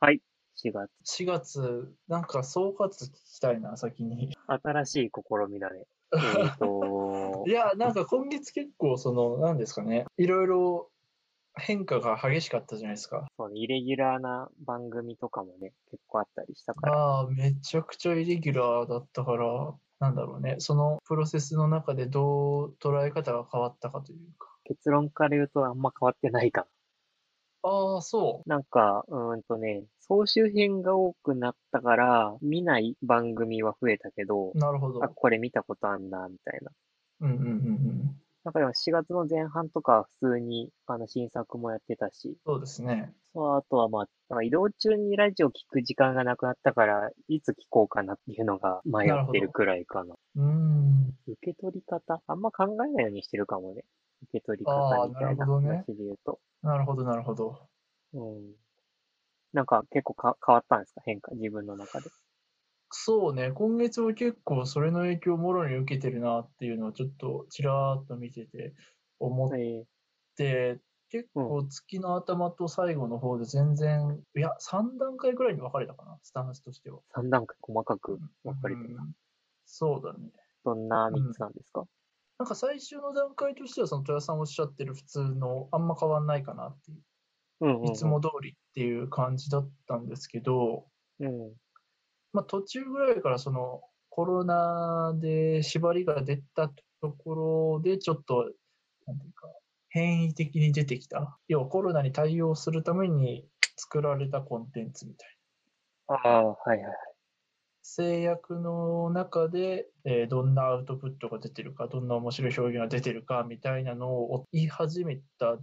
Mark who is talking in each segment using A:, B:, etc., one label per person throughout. A: 4月。
B: 4月、なんか総括聞きたいな、先に。
A: 新しい試みだね。えっ、 と
B: い、や、なんか今月結構、その、なんですかね、いろいろ変化が激しかったじゃないですか。
A: そうね、イレギュラーな番組とかもね、結構あったりしたから、
B: ああ、めちゃくちゃイレギュラーだったから、なんだろうね、そのプロセスの中でどう捉え方が変わったかというか。
A: 結論から言うとあんま変わってないか
B: ああ、そ
A: な。なんか、うーんとね、総集編が多くなったから、見ない番組は増えたけど
B: う。、なるほど
A: あ、。これ見たことあんな、みたいな。
B: うんうんうんうん。
A: なんかでも4月の前半とかは普通にあの新作もやってたし、
B: そうですね。
A: そうあとはまあ、なんか移動中にラジオ聞く時間がなくなったから、いつ聞こうかなっていうのが迷ってるくらいかな。
B: うーん。
A: 受け取り方あんま考えないようにしてるかもね。受け取り
B: あ
A: 方
B: ー
A: みたいな
B: なるほどね
A: 話で言うと。
B: なるほど、なるほど。
A: うん。なんか結構か変わったんですか変化、自分の中で。
B: そうね、今月は結構それの影響をもろに受けてるなっていうのはちょっとちらーっと見てて思っ
A: え
B: て、結構月の頭と最後の方で全然、いや、3段階ぐらいに分かれたかな、スタンスとしては。
A: ー、3段階細かく分かれて
B: う
A: るな。
B: んそうだね。
A: どんな3つなんですか、
B: なんか最終の段階としては、その戸谷さんおっしゃってる普通の、あんま変わんないかなっていう、
A: うん、うんうん。
B: いつも通りっていう感じだったんですけど、
A: うん。
B: まあ、途中ぐらいからそのコロナで縛りが出たところでちょっとなんていうか変異的に出てきた要はコロナに対応するために作られたコンテンツみたいな
A: ああ、はいはいはい。
B: 制約の中で、えーどんなアウトプットが出てるかどんな面白い表現が出てるかみたいなのを言い始めた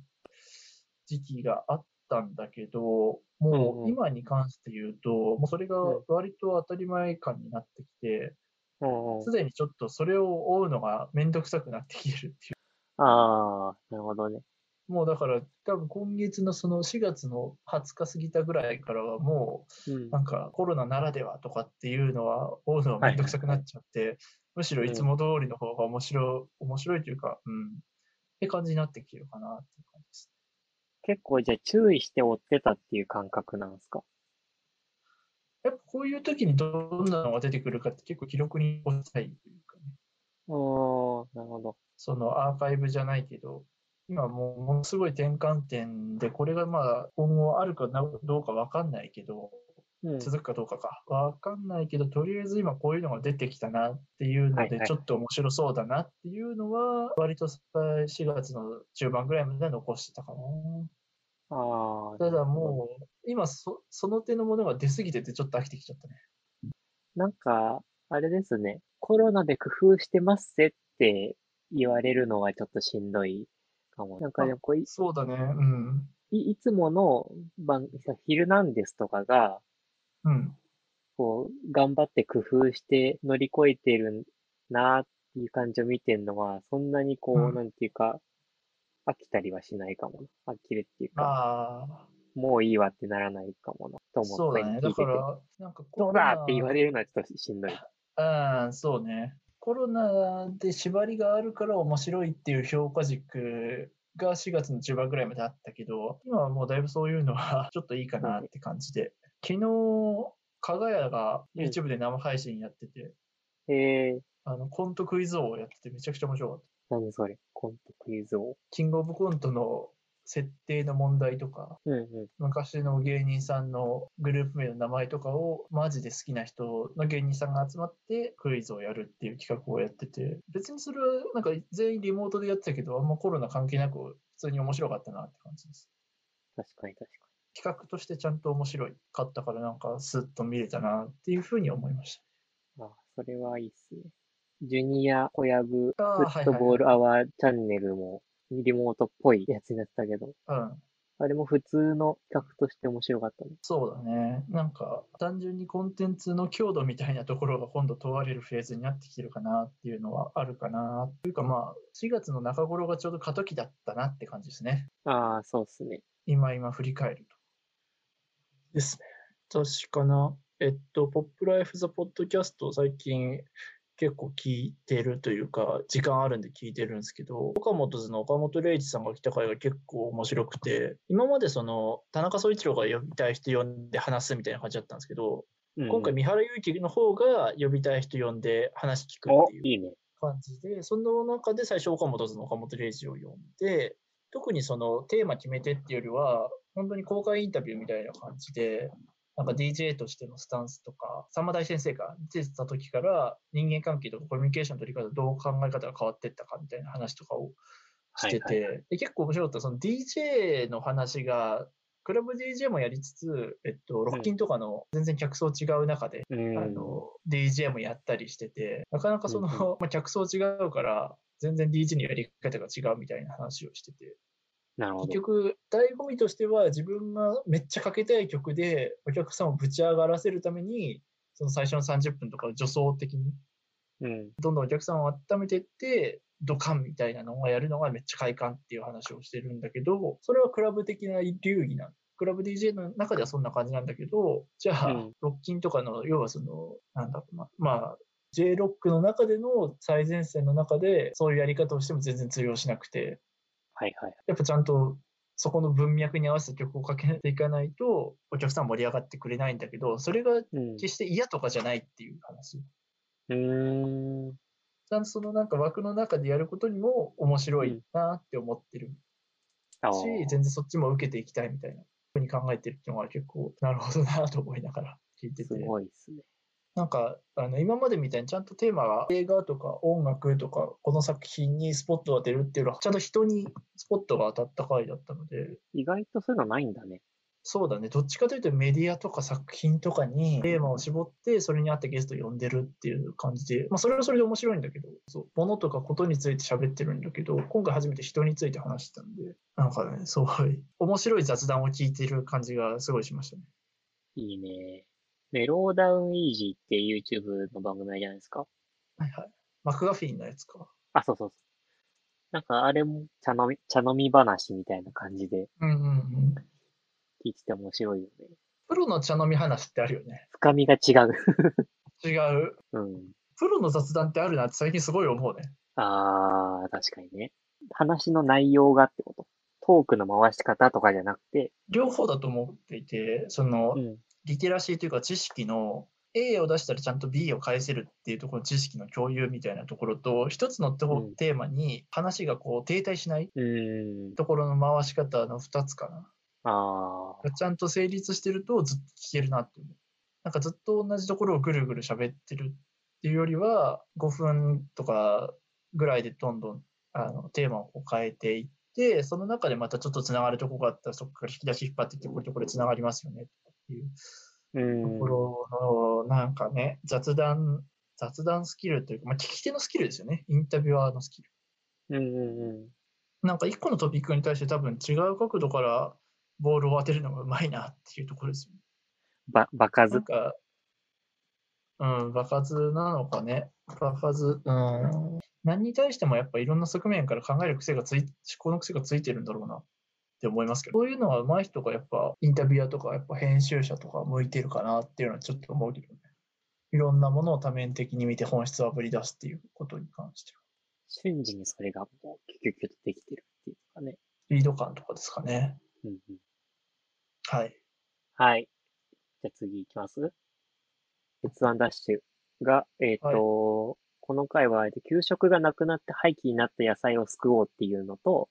B: 時期があったんだけど
A: うん
B: も
A: う
B: うん今に関して言うともうそれが割と当たり前感になってきて、
A: うんうん
B: す、でにちょっとそれを追うのがめんどくさくなってきてるってい
A: ああ、なるほどね。
B: う。もうだから多分今月のその4月の20日過ぎたぐらいからはも
A: うん
B: うなんかコロナならではとかっていうのは追うのがめんどくさくなっちゃって、むしろいつも通りの方が面白い、面白いというか、うん。って感じになってきてるかなっていう感じです。
A: 結構じゃあ注意して追ってたっていう感覚なんですか
B: やっぱこういう時にどんなのが出てくるかって結構記録に残したいというかね。
A: ああ、なるほど。
B: そのアーカイブじゃないけど、今もうものすごい転換点で、これがまあ今後あるかなどうかわかんないけど、
A: うん、
B: 続くかどうかかわかんないけど、とりあえず今こういうのが出てきたなっていうの
A: はい
B: で
A: は、い
B: ちょっと面白そうだなっていうのは、割と4月の中盤ぐらいまでは残してたか
A: ああ、
B: な。ただもう、今そその手のものが出過ぎててちょっと飽きてきちゃったね。
A: なんか、あれですね。コロナで工夫してますぜって言われるのはちょっとしんどいかも。なんかでもこうい、
B: そうだね、うん。
A: いいつもの番、さヒルナンデスとかが、
B: うん。
A: こう、頑張って工夫して乗り越えてるなっていう感じを見てるのは、そんなにこう、
B: うん
A: なんていうか、飽きたりはしないかもな。飽きるっていうか、
B: ああ、
A: もういいわってならないかもな、と思
B: そう
A: った
B: だね。
A: 聞
B: だ
A: いてて
B: から、なんかコ
A: ど
B: ロ
A: う
B: ナ
A: だって言われるのはちょっとしんどい。
B: うん、そうね。コロナで縛りがあるから面白いっていう評価軸が4月の中盤ぐらいまであったけど、今はもうだいぶそういうのはちょっといいかなって感じで。昨日、かがやが
A: うん
B: YouTube で生配信やってて、
A: えー、
B: あの、コントクイズ王をやっててめちゃくちゃ面白かった。
A: 何それコントクイズを。
B: キングオブコントの設定の問題とか、
A: うんう
B: 昔の芸人さんのグループ名の名前とかをマジで好きな人の芸人さんが集まってクイズをやるっていう企画をやってて別にそれはなんか全員リモートでやってたけどあんまコロナ関係なく普通に面白かったなって感じで
A: ん。
B: す
A: 確かに確か
B: 企画としてちゃんと面白いかったからなんかスッと見れたなっていうふうに思いまし
A: に。あ、それはいいっすね。ジュニア親部フ
B: あーはいはいはい
A: ットボールアワーチャンネルもリモートっぽいやつになってたけど、
B: たうん
A: あれも普通の企画として面白かったね。
B: そうだねなんか単純にコンテンツの強度みたいなところが今度問われるフェーズになってきてるかなっていうのはあるかなというかまあ4月の中頃がちょうど過渡期だったなって感じですね
A: ああ、そうっすね。
B: 今今振り返ると。ですね。確かな。えっと、ポップライフ・ザ・ポッドキャスト、最近結構聞いてるというか、時間あるんで聞いてるんですけど、岡本図の岡本玲一さんが来た回が結構面白くて、今までその、田中総一郎が呼びたい人呼んで話すみたいな感じだったんですけど、
A: うん
B: 今回三原祐希の方が呼びたい人呼んで話聞くっ
A: お、
B: ていう
A: いいね。
B: 感じで、その中で最初岡本図の岡本玲二を呼んで、特にそのテーマ決めてっていうよりは、本当に公開インタビューみたいな感じで、なんか DJ としてのスタンスとか、さんま大先生が出てた時から人間関係とかコミュニケーションの取り方、どう考え方が変わってったかみたいな話とかをしてて、
A: はいはい
B: で結構面白かった、その DJ の話が、クラブ DJ もやりつつ、えっと、ロッキンとかの全然客層違う中で、
A: うん。
B: あの、DJ もやったりしてて、なかなかその、
A: うん
B: まあ、客層違うから、全然 DJ のやり方が違うみたいな話をしてて、
A: なるほ
B: 結
A: ど。
B: 局、醍醐味としては自分がめっちゃかけたい曲でお客さんをぶち上がらせるために、その最初の30分とかを助走的に、
A: うん。
B: どんどんお客さんを温めてって、ドカンみたいなのをやるのがめっちゃ快感っていう話をしてるんだけど、それはクラブ的な流儀なんクラブ DJ の中ではそんな感じなんだけど、じゃあ、
A: うん
B: ロッキンとかの、要はその、なんだろうな、まあ、J ロックの中での最前線の中で、そういうやり方をしても全然通用しなくて、
A: はいはい。
B: やっぱちゃんとそこの文脈に合わせた曲をかけていかないと、お客さん盛り上がってくれないんだけど、それが
A: うん。
B: 決して嫌とかじゃないっていう話。
A: うーん。
B: ちゃんとそのなんか枠の中でやることにも面白いなって思ってる
A: あ
B: し、
A: ー
B: 全然そっちも受けていきたいみたいなふうに考えてるっていうのは結構なるほどなと思いながら聞いて
A: す
B: て。
A: ごいですね。
B: なんか、あの、今までみたいにちゃんとテーマが映画とか音楽とか、この作品にスポットを当てるっていうのは、ちゃんと人にスポットが当たった回だったので、
A: 意外とそういうのないんだね。
B: そうだね、どっちかというとメディアとか作品とかにテーマを絞って、それに合ったゲストを呼んでるっていう感じで、まあ、それはそれで面白いんだけど、そう、物とかことについて喋ってるんだけど、今回初めて人について話してたんで、なんかね、すごい、面白い雑談を聞いてる感じがすごいしましたね。
A: いいね。メローダウンイージーって YouTube の番組じゃないですか。
B: はいはい。マクガフィンのやつか。
A: あ、そうそうそう。なんかあれも茶飲み、茶飲み話みたいな感じで
B: うんうんうん。
A: 聞いてて面白いよね。
B: プロの茶飲み話ってあるよね。
A: 深みが違う。
B: 違う。
A: うん。
B: プロの雑談ってあるなって最近すごい思うね。
A: あー、確かにね。話の内容がってこと。トークの回し方とかじゃなくて、
B: 両方だと思っていて、その、
A: うん。
B: リテラシーというか知識の A を出したらちゃんと B を返せるっていうところの知識の共有みたいなところと一つのとこ
A: うん
B: テーマに話がこう停滞しないう
A: ーん。
B: ところの回し方の2つかな
A: あー、
B: がちゃんと成立してるとずっと聞けるなって思うなんかずっと同じところをぐるぐる喋ってるっていうよりは5分とかぐらいでどんどんあのテーマをこう変えていってその中でまたちょっとつながるとこがあったらそこから引き出し引っ張っていってこういうところでつながりますよねっていう
A: うー
B: と
A: ん。
B: ころの、なんかね、雑談、雑談スキルというか、まあ、聞き手のスキルですよね。インタビュアーのスキル。
A: うんうんうん。
B: なんか一個のトピックに対して多分違う角度からボールを当てるのがうまいなっていうところですよね。
A: ば、場数
B: なんか、うん、場数なのかね。場数、うん。何に対してもやっぱいろんな側面から考える癖がつい、思考の癖がついてるんだろうなって思いますけど、そういうのは上手い人がやっぱインタビュアーとかやっぱ編集者とか向いてるかなっていうのはちょっと思うけどね。いろんなものを多面的に見て本質をあぶり出すっていうことに関しては。
A: 瞬時にそれがもうキュキュキュッとできてるっていうかね。
B: スピード感とかですかね。
A: うんうん。
B: はい。
A: はい。じゃあ次行きます。鉄腕ダッシュが、えっ、
B: はい
A: と、この回は、えっと給食がなくなって廃棄になった野菜を救おうっていうのと、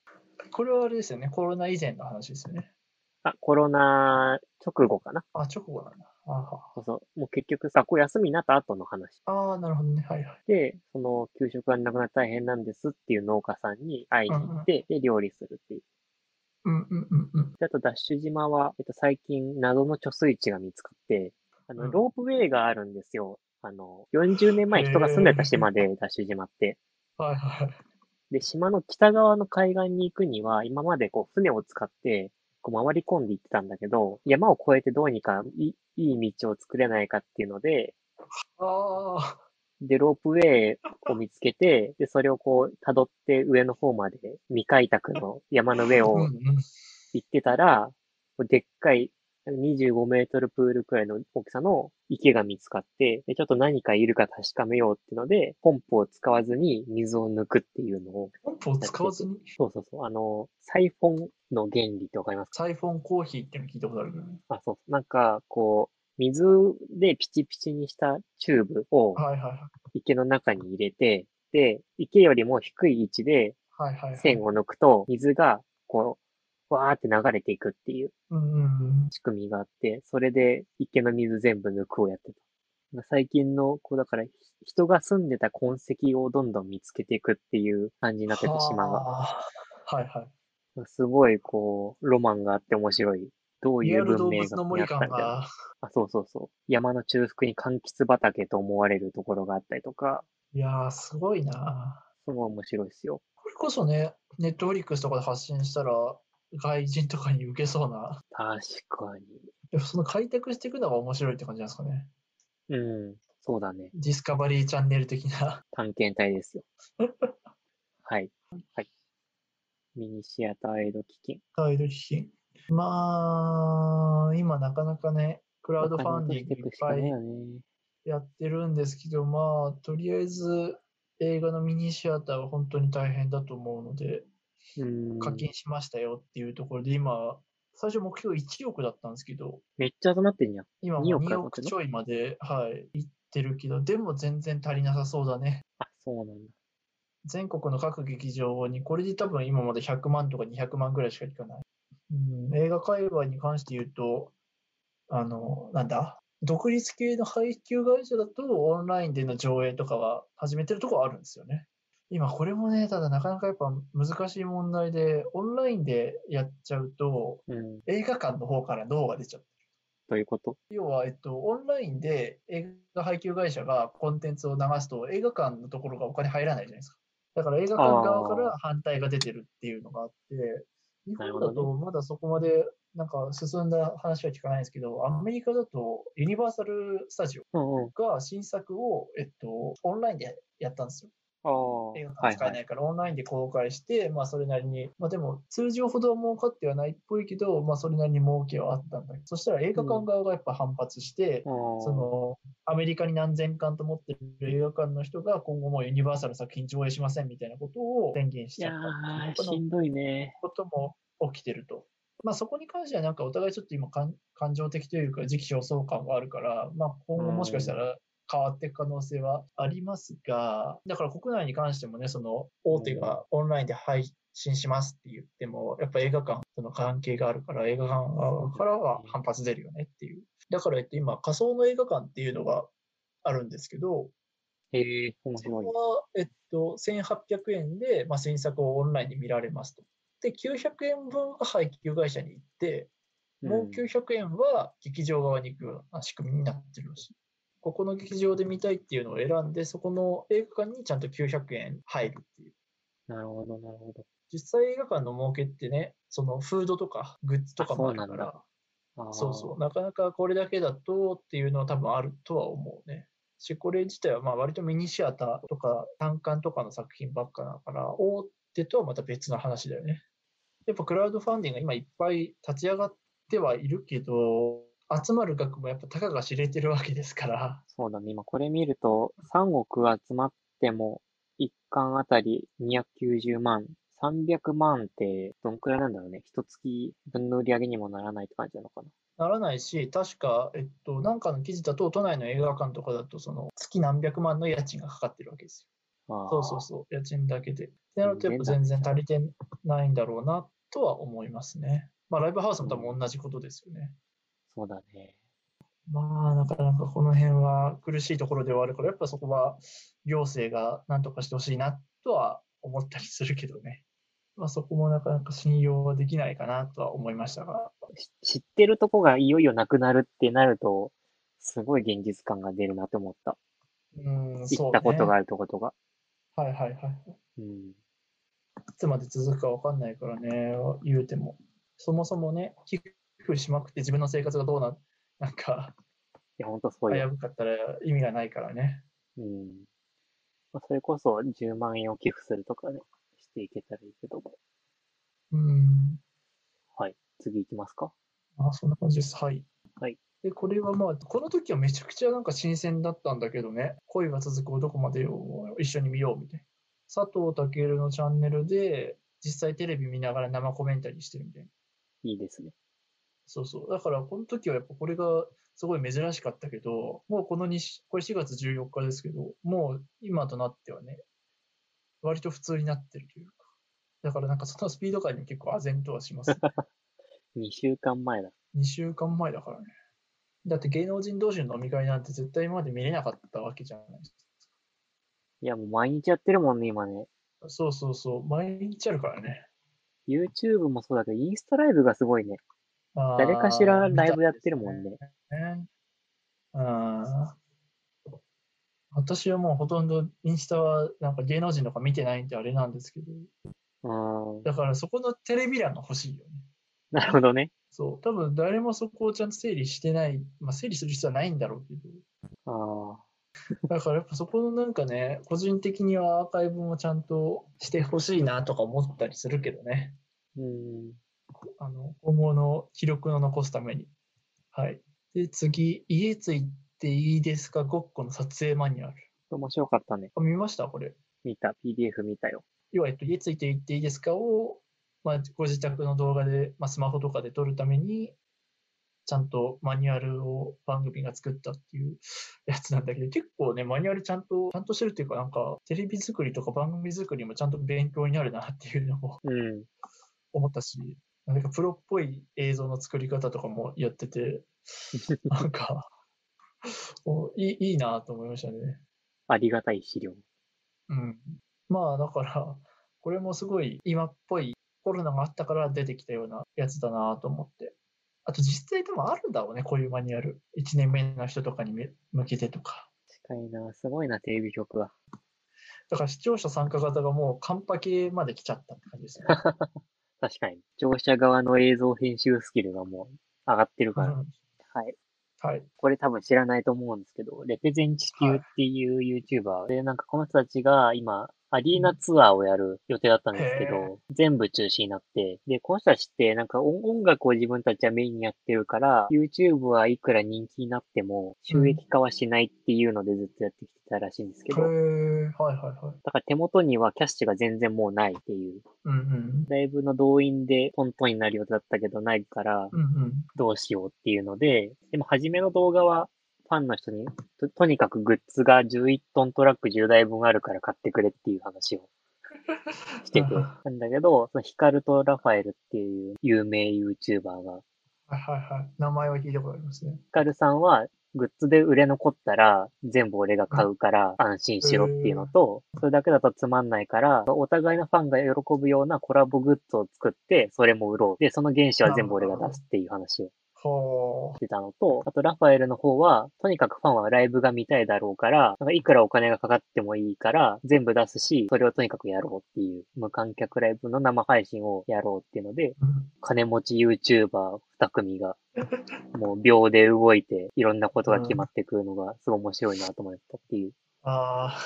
B: これはあれですよね。コロナ以前の話ですよね。
A: あ、コロナ直後かな。
B: あ、直後なんだ。あは
A: そうそう。もう結局学校休みになった後の話
B: あー、なるほどね。はいはい。
A: で、その給食がなくなって大変なんですっていう農家さんに会いに行って、で、料理するっていう。
B: うんうんうんうん。
A: であと、ダッシュ島は、えっと、最近謎の貯水池が見つかって、あ
B: う
A: の、
B: ん
A: ロープウェイがあるんですよ。あの、40年前人が住んでた島で、ダッシュ島って。
B: はいはい。
A: で、島の北側の海岸に行くには、今までこう、船を使って、こう、回り込んで行ってたんだけど、山を越えてどうにかいい、いい道を作れないかっていうので、
B: ああ、
A: で、ロープウェイを見つけて、で、それをこう、辿って上の方まで、未開拓の山の上
B: うん
A: を
B: うん、
A: 行ってたら、でっかい25メートルプールくらいの大きさの池が見つかって、でちょっと何かいるか確かめようってので、ポンプを使わずに水を抜くっていうのを、
B: ポンプを使わずに
A: そうそうそう、あの、サイフォンの原理ってわかりますか
B: サイフォンコーヒーっていうの聞いたことあるけどね。
A: あ、そう、なんか、こう、水でピチピチにしたチューブを
B: はいはいはい。
A: 池の中に入れて、で、池よりも低い位置で
B: はいはい、はい。
A: 線を抜くと、水が、こう、わーって流れていくっていう
B: うんうんうん。
A: 仕組みがあって、それで池の水全部抜くをやってた。最近の、こうだから、ひ人が住んでた痕跡をどんどん見つけていくっていう感じになってた島が。
B: はあはいは
A: すごい、こう、ロマンがあって面白い。どう
B: い。
A: い
B: リア
A: う
B: ル動
A: 文
B: 物
A: 明
B: の
A: 学に
B: 森
A: なった
B: 感
A: みたいな。
B: が、
A: あ、そうそうそう。山の中腹に柑橘畑と思われるところがあったりとか、
B: いやー、すごいな。
A: すごい面白いですよ。
B: これこそね、ネットフリックスとかで発信したら、外人とかに受けそうな、
A: 確かに。
B: でもその開拓していくのが面白いって感じなんですかね。
A: うん、そうだね。
B: ディスカバリーチャンネル的な。
A: 探検隊ですよ。はい。はい。ミニシアターエイド基金。
B: ガイド基金。まあ、今なかなかね、クラウドファンディングいっ
A: お金を落として
B: ぱい
A: くしかないよね。
B: やってるんですけど、まあ、とりあえず映画のミニシアターは本当に大変だと思うので、
A: うん。
B: 課金しましたよっていうところで、今、最初目標1億だったんですけど、
A: めっちゃ集まってんじゃん。
B: 今も
A: 2
B: 2
A: 億
B: 億
A: 上がってんの
B: ちょいまで、はい、行ってるけど、でも全然足りなさそうだね。
A: あ、そうなんだ。
B: 全国の各劇場に、これで多分今まで100万とか200万ぐらいしか行かない。うん、映画界隈に関して言うと、あの、なんだ、独立系の配給会社だと、オンラインでの上映とかは始めてるとこはあるんですよね。今、これもね、ただなかなかやっぱ難しい問題で、オンラインでやっちゃうと、
A: うん。
B: 映画館の方から脳が出ちゃう。
A: ということ
B: 要は、えっと、オンラインで映画配給会社がコンテンツを流すと、映画館のところがお金入らないじゃないですか。だから映画館側から反対が出てるっていうのがあって、日
A: な
B: 本
A: るほど
B: だ
A: ね
B: とまだそこまでなんか進んだ話は聞かないんですけど、アメリカだとユニバーサル・スタジオ
A: うんうん。
B: が新作を、えっと、オンラインでやったんですよ。
A: ああ。
B: 映画館使え
A: は。
B: ないいからオンラインで公開して、まあそれなりに、まあでも通常ほど儲かってはないっぽいけど、まあそれなりに儲けはあったんだけど、そしたら映画館側がやっぱ反発して、
A: あー
B: そのアメリカに何千館と持ってる映画館の人が今後もうユニバーサル作品上映しませんみたいなことを宣言し
A: い
B: ちゃ
A: や
B: ったっていう
A: ー、
B: こと
A: し
B: の
A: んどいね。
B: ことも起きてると。まあそこに関してはなんかお互いちょっと今感感情的というか時期表層感があるから、まあ今後もしかしたら変わっていく可能性はありますが、だから国内に関してもね、その大手がオンラインで配信しますって言っても、やっぱ映画館との関係があるから映画館側からは反発出るよねっていう。だからえっと今仮想の映画館っていうのがあるんですけど、
A: へえー、面
B: そ
A: 白
B: こ
A: い。
B: は、えっと、1800円で、まあ、新作をオンラインで見られますと。で、900円分が配給会社に行って、もう
A: うん
B: 900円は劇場側に行くような仕組みになってるらしい。ここの劇場で見たいっていうのを選んで、そこの映画館にちゃんと900円入るっていう。
A: なるほど、なるほ
B: 実際映画館の儲けってね、そのフードとかグッズとかもある
A: あそう
B: か
A: なん
B: ら
A: だ、ど。
B: そうそう、なかなかこれだけだとっていうのは多分あるとは思うね。し、これ自体はまあ割とミニシアターとか単館とかの作品ばっかだから、大手とはまた別の話だよね。やっぱクラウドファンディングが今いっぱい立ち上がってはいるけど、集まる額もやっぱたかが知れてるわけですから、
A: そうだね。今これ見ると、3億集まっても、1巻あたり290万、300万って、どんくらいなんだろうね。一月分の売り上げにもならないって感じなのかな。
B: ならないし、確か、えっと、なんかの記事だと、都内の映画館とかだと、その月何百万の家賃がかかってるわけですよ。
A: あ
B: そうそう
A: あ、
B: そう、家賃だけで。ってなると、やっぱ
A: 全
B: 全然足りてないんだろうなとは思いますね。まあ、ライブハウスも多分同じことですよね。
A: そうだね。
B: まあ、なかなかこの辺は苦しいところではあるから、やっぱそこは行政が何とかしてほしいなとは思ったりするけどね。まあ、そこもなかなか信用はできないかなとは思いましたが、
A: し知ってるとこがいよいよなくなるってなると、すごい現実感が出るなと思った。
B: うん、
A: 行
B: そ
A: っ
B: う、ね。
A: たことがあるとことが。
B: はいはいは
A: う
B: い。
A: ん。
B: いつまで続くか分かんないからね、言うても。そもそもね、寄付しまくって自分の生活がどうな、なんか、
A: いや、ほんとそう
B: 危
A: よ。
B: うかったら意味がないからね。
A: うん。まあそれこそ10万円を寄付するとかね、していけたらいいけども。
B: うん。
A: はい。次行きますか。
B: あ、そんな感じです。はい。
A: はい。
B: で、これはまあ、この時はめちゃくちゃなんか新鮮だったんだけどね、恋は続くをどこまでを一緒に見ようみたいな。佐藤健のチャンネルで、実際テレビ見ながら生コメンタリーしてるみたいな。
A: いいですね。
B: そうそう。だから、この時はやっぱこれがすごい珍しかったけど、もうこのにし、これ4月14日ですけど、もう今となってはね、割と普通になってるというか。だからなんかそのスピード感に結構唖然とはしますね。
A: 2週間前だ。
B: 2週間前だからね。だって芸能人同士の飲み会なんて絶対今まで見れなかったわけじゃないです
A: いや、もう毎日やってるもんね、今ね。
B: か。そうそうそう。毎日あるからね。
A: YouTube もそうだけど、インスタライブがすごいね。
B: あー
A: 誰かしらライブやってるもんね。
B: ね。うん。私はもうほとんどインスタはなんか芸能人とか見てないんであれなんですけど、
A: うーん。
B: だからそこのテレビ欄が欲しいよね。
A: なるほどね。
B: そう、多分誰もそこをちゃんと整理してない、まあ整理する必要はないんだろうけ
A: ああ。
B: ど、だからやっぱそこのなんかね、個人的にはアーカイブもちゃんとしてほしいなとか思ったりするけどね、
A: うん。
B: あの今後の記録を残すために。はい。で、次、家ついていいですかごっこの撮影マニュアル。
A: 面白かったね。
B: あ見ましたこれ。
A: 見た。PDF 見たよ。
B: 要は、えっと、家ついて行っていいですかを、まあ、ご自宅の動画で、まあ、スマホとかで撮るために、ちゃんとマニュアルを番組が作ったっていうやつなんだけど、結構ね、マニュアルちゃんと、ちゃんとしてるっていうか、なんか、テレビ作りとか番組作りもちゃんと勉強になるなっていうのも
A: うん。
B: 思ったし、なんかプロっぽい映像の作り方とかもやってて、なんか、おいいいいなと思いましたね。
A: ありがたい資料。
B: うん。まあだから、これもすごい今っぽいコロナがあったから出てきたようなやつだなと思って。あと実際でもあるんだろうね、こういうマニュアル。1年目の人とかにめ向けてとか。
A: 近いな。すごいな、テレビ局は。
B: だから視聴者参加型がもうカンパ系まで来ちゃったって感じ ですね。
A: 確かに。聴者側の映像編集スキルがもう上がってる
B: う
A: から。
B: ん
A: はい。
B: はい。
A: これ多分知らないと思うんですけど、レペゼン地球っていう YouTuber で、なんかこの人たちが今、アリーナツアーをやる予定だったんですけ
B: へ
A: ど、全部中止になって、で、この人たちってなんか音音楽を自分たちはメインにやってるから、YouTube はいくら人気になっても収益化はしないっていうのでずっとやってきてたらしいんですけ
B: へえ、
A: ど、
B: はいはいはい。
A: だから手元にはキャッシュが全然もうないっていう、
B: うんうん。
A: ライブの動員でトントンになる予定だったけどないから、
B: うんうん。
A: どうしようっていうので、でも初めの動画はファンの人にと、とにかくグッズが11トントラック10台分あるから買ってくれっていう話をしてて、
B: は
A: なんだけど、そのヒカルとラファエルっていう有名 YouTuber が、
B: いはいはい。名前は聞いたことありますね。
A: ヒカルさんはグッズで売れ残ったら全部俺が買うから安心しろっていうのと、それだけだとつまんないから、お互いのファンが喜ぶようなコラボグッズを作って、それも売ろう。で、その原資は全部俺が出すっていう話を
B: ほ
A: ってたのと、あとラファエルの方は、とにかくファンはライブが見たいだろうから、なんかいくらお金がかかってもいいから、全部出すし、それをとにかくやろうっていう、無観客ライブの生配信をやろうっていうので、
B: う。うん
A: 金持ち YouTuber 二組が、もう秒で動いて、いろんなことが決まってくるのが、すごい面白いなと思ったっていう。
B: あ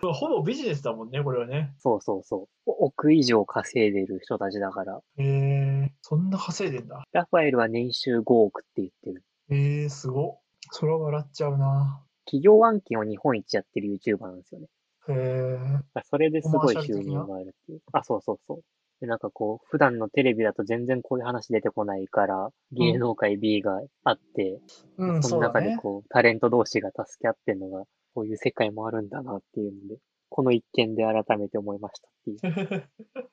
B: あ、 ほぼビジネスだもんね、これはね。
A: そうそうそう。お億以上稼いでる人たちだから、
B: へえ、そんな稼いでんだ。
A: ラファエルは年収5億って言ってる。
B: えー、すごっ。それは笑っちゃうな。
A: 企業案件を日本一やってる YouTuber なんですよね。
B: へー
A: あそれですごい
B: コマー
A: 収
B: シャル的
A: 入
B: な
A: があるっていう。あ、そうそうそう。で、なんかこう、普段のテレビだと全然こういう話出てこないから、芸能界 B があって、
B: うん、
A: そ
B: そ
A: の
B: うだ
A: 中で
B: ね。
A: こう、タレント同士が助け合ってるのが、こういう世界もあるんだなっていうので、この一件で改めて思いましたっていう。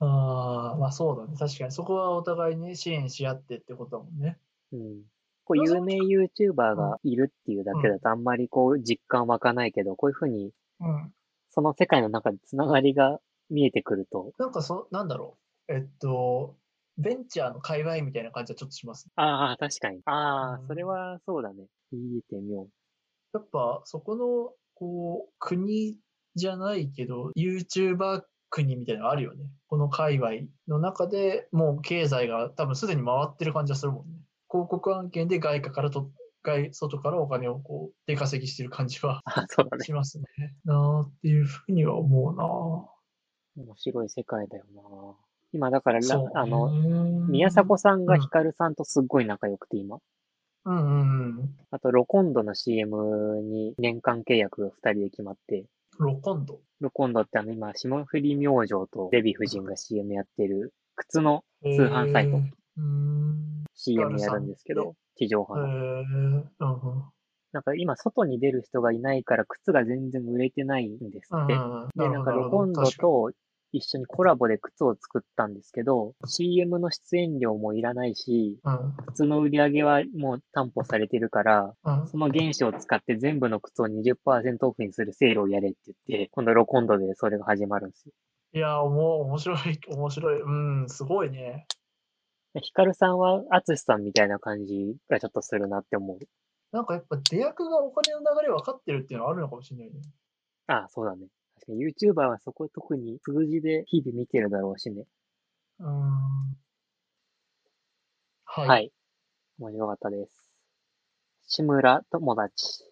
B: ああ、まあそうだね。確かに。そこはお互いに支援し合ってってことだもんね。
A: うん。こう、有名 YouTuber がいるっていうだけだとあんまりこう、実感湧かないけど、こういうふうに、
B: うん。
A: その世界の中でつながりが見えてくると、
B: なんかそ、なんだろう。えっと、ベンチャーの界隈みたいな感じはちょっとします。
A: ああ、確かに。あ
B: う
A: あ、
B: ん
A: それはそうだね。見えてみよう。
B: やっぱ、そこの、こう、国じゃないけど、YouTuber 国みたいなのあるよね。この界隈の中でもう経済が多分すでに回ってる感じがするもんね。広告案件で外貨からと、外、外からお金をこう、出稼ぎしてる感じは
A: あ、そうだね。
B: しますね。なあっていうふうには思うな
A: 面白い世界だよな。今だからラ
B: そう。
A: あの、
B: の
A: 宮迫さんが
B: うん
A: ヒカルさんとすっごい仲良くて今。
B: うんうんうん。
A: あと、ロコンドの CM に年間契約が二人で決まって、
B: ロコンド。
A: ロコンドってあの今、霜降り明星とデヴィ夫人が CM やってる靴の
B: 通
A: 販サイト
B: うーん。
A: CM やるんですけど、地上波
B: へ
A: の。
B: ーうんうん
A: なんか今、外に出る人がいないから靴が全然売れてないんです
B: うん
A: っ
B: う
A: て。
B: んうん。
A: で、なんか
B: る
A: ロ
B: ほ
A: コン
B: ど
A: ドと一緒にコラボで靴を作ったんですけど、CM の出演料もいらないし、
B: なるほど
A: 靴の売り上げはもう担保されてるから、
B: うんうん
A: その原資を使って全部の靴を20%オフにするセールをやれって言って、今度ロコンドでそれが始まるんですよ。
B: いやー、おも面白い、 面白い。うん、すごいね。
A: でヒカルさんはアツシさんみたいな感じがちょっとするなって思う。
B: なんかやっぱ出役がお金の流れ分かってるっていうのはあるのかもしれないね。
A: ああ、そうだね。確かに YouTuber はそこは特に数字で日々見てるだろうしね。
B: うーん。は
A: はい。
B: い。
A: 面白かったです。志村友達。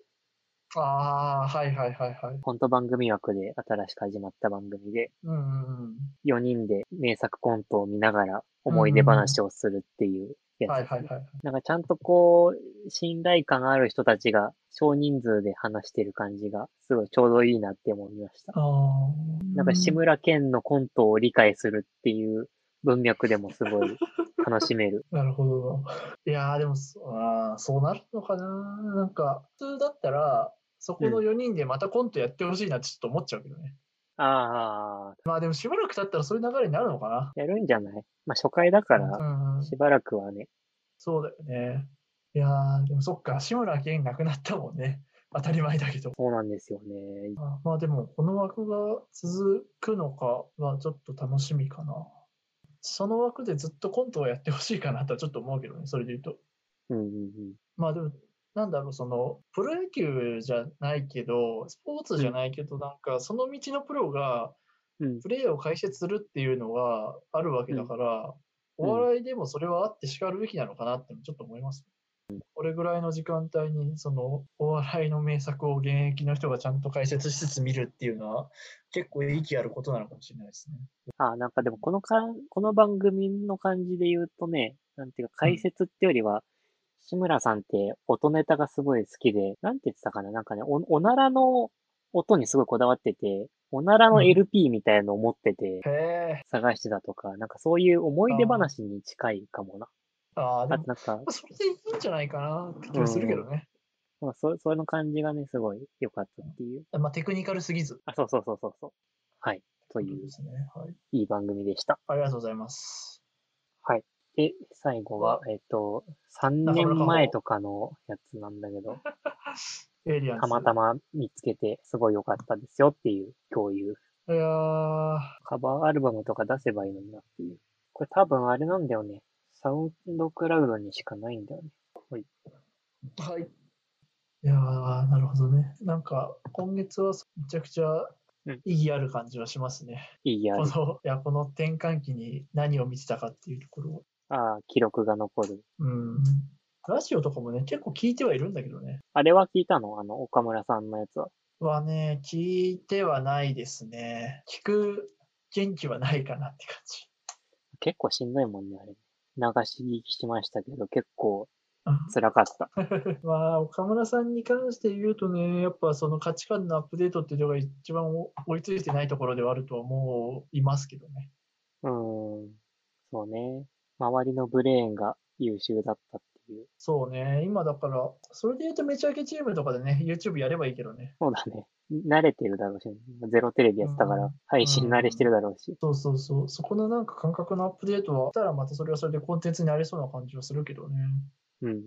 B: ああ、はいはいはいはい。
A: コント番組枠で新しく始まった番組で、
B: うんうんうん。
A: 4人で名作コントを見ながら思い出話をするっていうやつ。
B: はいはいはい。
A: なんかちゃんとこう、信頼感ある人たちが少人数で話してる感じが、すごいちょうどいいなって思いました。
B: あー
A: なんか志村けんのコントを理解するっていう文脈でもすごい楽しめ る。
B: なるほどな。いやー、でもそあー、そうなるのかな。なんか、普通だったら、そこの
A: う
B: 4人でまたコントやってほしいなってちょっと思っちゃうけどね。
A: ああ、
B: まあでもしばらく経ったらそういう流れになるのかな。
A: やるんじゃないまあ初回だから、
B: うんうん、
A: しばらくはね。
B: そうだよね。いやー、でもそっか、志村けん亡くなったもんね。当たり前だけど。
A: そうなんですよね。
B: あまあでも、この枠が続くのかはちょっと楽しみかな。その枠でずっとコントをやってほしいかなとはちょっと思うけどね、それで言うと。
A: うんうんうん。
B: まあでも、なんだろう、その、プロ野球じゃないけど、スポーツじゃないけど、なんか、その道のプロが、
A: うん
B: プレーを解説するっていうのがあるわけだから、
A: うん
B: お笑いでもそれはあってしかるべきなのかなってちょっと思います。これぐらいの時間帯に、その、お笑いの名作を現役の人がちゃんと解説しつつ見るっていうのは、結構意義あることなのかもしれないですね。
A: ああ、なんかでもこのかん、この番組の感じで言うとね、なんていうか解説ってよりは、志村さんって音ネタがすごい好きで、なんて言ってたかな、なんかね、お、おならの音にすごいこだわってて、おなら
B: う
A: の
B: ん
A: LP みたいのを持ってて
B: へえ。
A: 探してたとか、なんかそういう思い出
B: あー
A: 話に近いかもな。
B: ああ、で
A: あ
B: も
A: と、なんか、
B: それでいいんじゃないかなって気はするけどね。
A: なんかそ、それの感じがね、すごい良かったっていう。
B: まあ、テクニカルすぎず。
A: あ、そうそうそうそうそう。はい。と
B: と
A: い
B: で
A: う、
B: すね。はい。
A: いい番組でした。
B: ありがとうございます。
A: で、最後は、えっと、3
B: 中村
A: 年
B: かほ
A: 前とかのやつなんだけ ど、
B: エイリアンズ。
A: たまたま見つけて、すごい良かったですよっていう共有。
B: いやー、
A: カバーアルバムとか出せばいいのになっていう。これ多分あれなんだよね。サウンドクラウドにしかないんだよね。
B: はい。いやー、なるほどね。なんか、今月はめちゃくちゃ
A: うん
B: 意義ある感じはしますね。
A: いいや
B: この、いや、この転換期に何を見てたかっていうところを。
A: ああ、記録が残る。
B: うん。ラジオとかもね、結構聞いてはいるんだけどね。
A: あれは聞いたのあの、岡村さんのやつは。
B: はね、聞いてはないですね。聞く元気はないかなって感じ。
A: 結構しんどいもんね、あれ。流し聞きしましたけど、結構
B: うん
A: 辛かった。
B: まあ、岡村さんに関して言うとね、やっぱその価値観のアップデートっていうのが一番追いついてないところではあるとは思いますけどね。
A: うーん。そうね。周りのブレーンが優秀だったっていう。
B: そうね、今だから、それで言うとめちゃけチームとかでね、YouTube やればいいけどね。
A: そうだね。慣れてるだろうし、ゼロテレビやってたか
B: う
A: ら
B: ん、
A: 配信慣れしてるだろうし。
B: そうそうそう、そこのなんか感覚のアップデートは、したらまたそれはそれでコンテンツになりそうな感じはするけどね。
A: うんうんうん。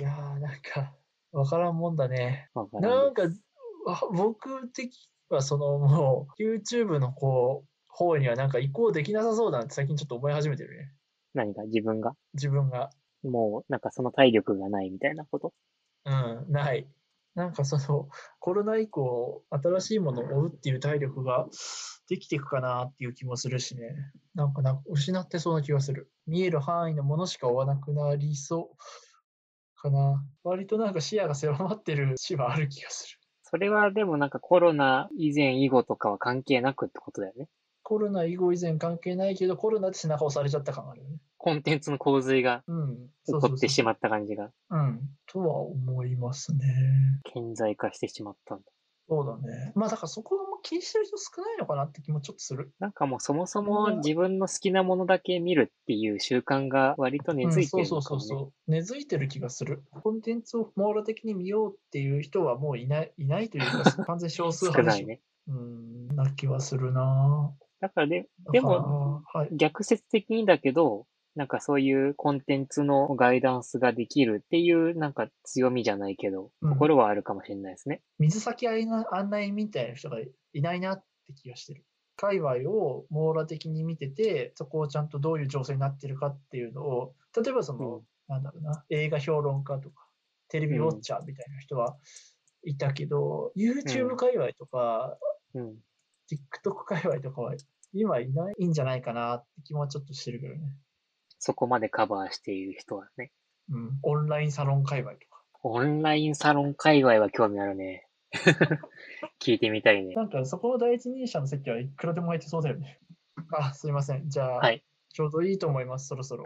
B: いやー、なんか、わからんもんだね。
A: わからん
B: なん
A: で
B: か
A: す、
B: わ僕的にはそのもう YouTube のこう方にはなんか移行できなさそうだなって最近ちょっと思い始めてるね。
A: 何か自分が、
B: 自分が。
A: もうなんかその体力がないみたいなこと。
B: うん、ない。なんかそのコロナ以降新しいものを追うっていう体力ができていくかなっていう気もするしね。なんかなんか失ってそうな気がする。見える範囲のものしか追わなくなりそうかな。割となんか視野が狭まってるしはある気がする。
A: それはでもなんかコロナ以前以後とかは関係なくってことだよね。
B: コロナ以後以前関係ないけど、コロナで背中押されちゃった感があるよね。
A: コンテンツの洪水が
B: うん。
A: 起
B: そう
A: こ
B: そう
A: って
B: そ
A: しまった感じが、
B: う。うん。とは思いますね。
A: 顕在化してしまったんだ。
B: そうだね。まあだからそこも気にしてる人少ないのかなって気もちょっとする。
A: なんかもうそもそ
B: うん
A: も自分の好きなものだけ見るっていう習慣が割と根付いて
B: うん、
A: る
B: そ
A: の
B: うそ
A: か
B: う
A: も
B: そう
A: ね。
B: そう。根付いてる気がする。コンテンツを網羅的に見ようっていう人はもういない、いないというか、 完全に少数
A: 少
B: 派で
A: な
B: し
A: い
B: ょ。
A: ね。
B: うん、な気はするな
A: だからで、
B: だ
A: で
B: から
A: も、
B: はい。
A: 逆説的にだけど、なんかそういうコンテンツのガイダンスができるっていうなんか強みじゃないけど、
B: うん
A: ところはあるかもしれないですね。
B: 水先案内みたいな人がいないなって気がしてる。界隈を網羅的に見てて、そこをちゃんとどういう情勢になってるかっていうのを、例えばその、
A: うん
B: なんだろうな、映画評論家とか、テレビウォッチャーみたいな人はいたけど、YouTube 界隈とか、
A: うん。
B: TikTok 界隈とかは今いないんじゃないかなって気もちょっとしてるけどね。
A: そこまでカバーしている人はね。
B: うん。オンラインサロン界隈とか。
A: オンラインサロン界隈は興味あるね。 聞いてみたいね。
B: なんかそこの第一人者の席はいくらでも空いてそうだよね。あ、すいません。じゃあ、
A: はい
B: ちょうどいいと思います、そろそろ。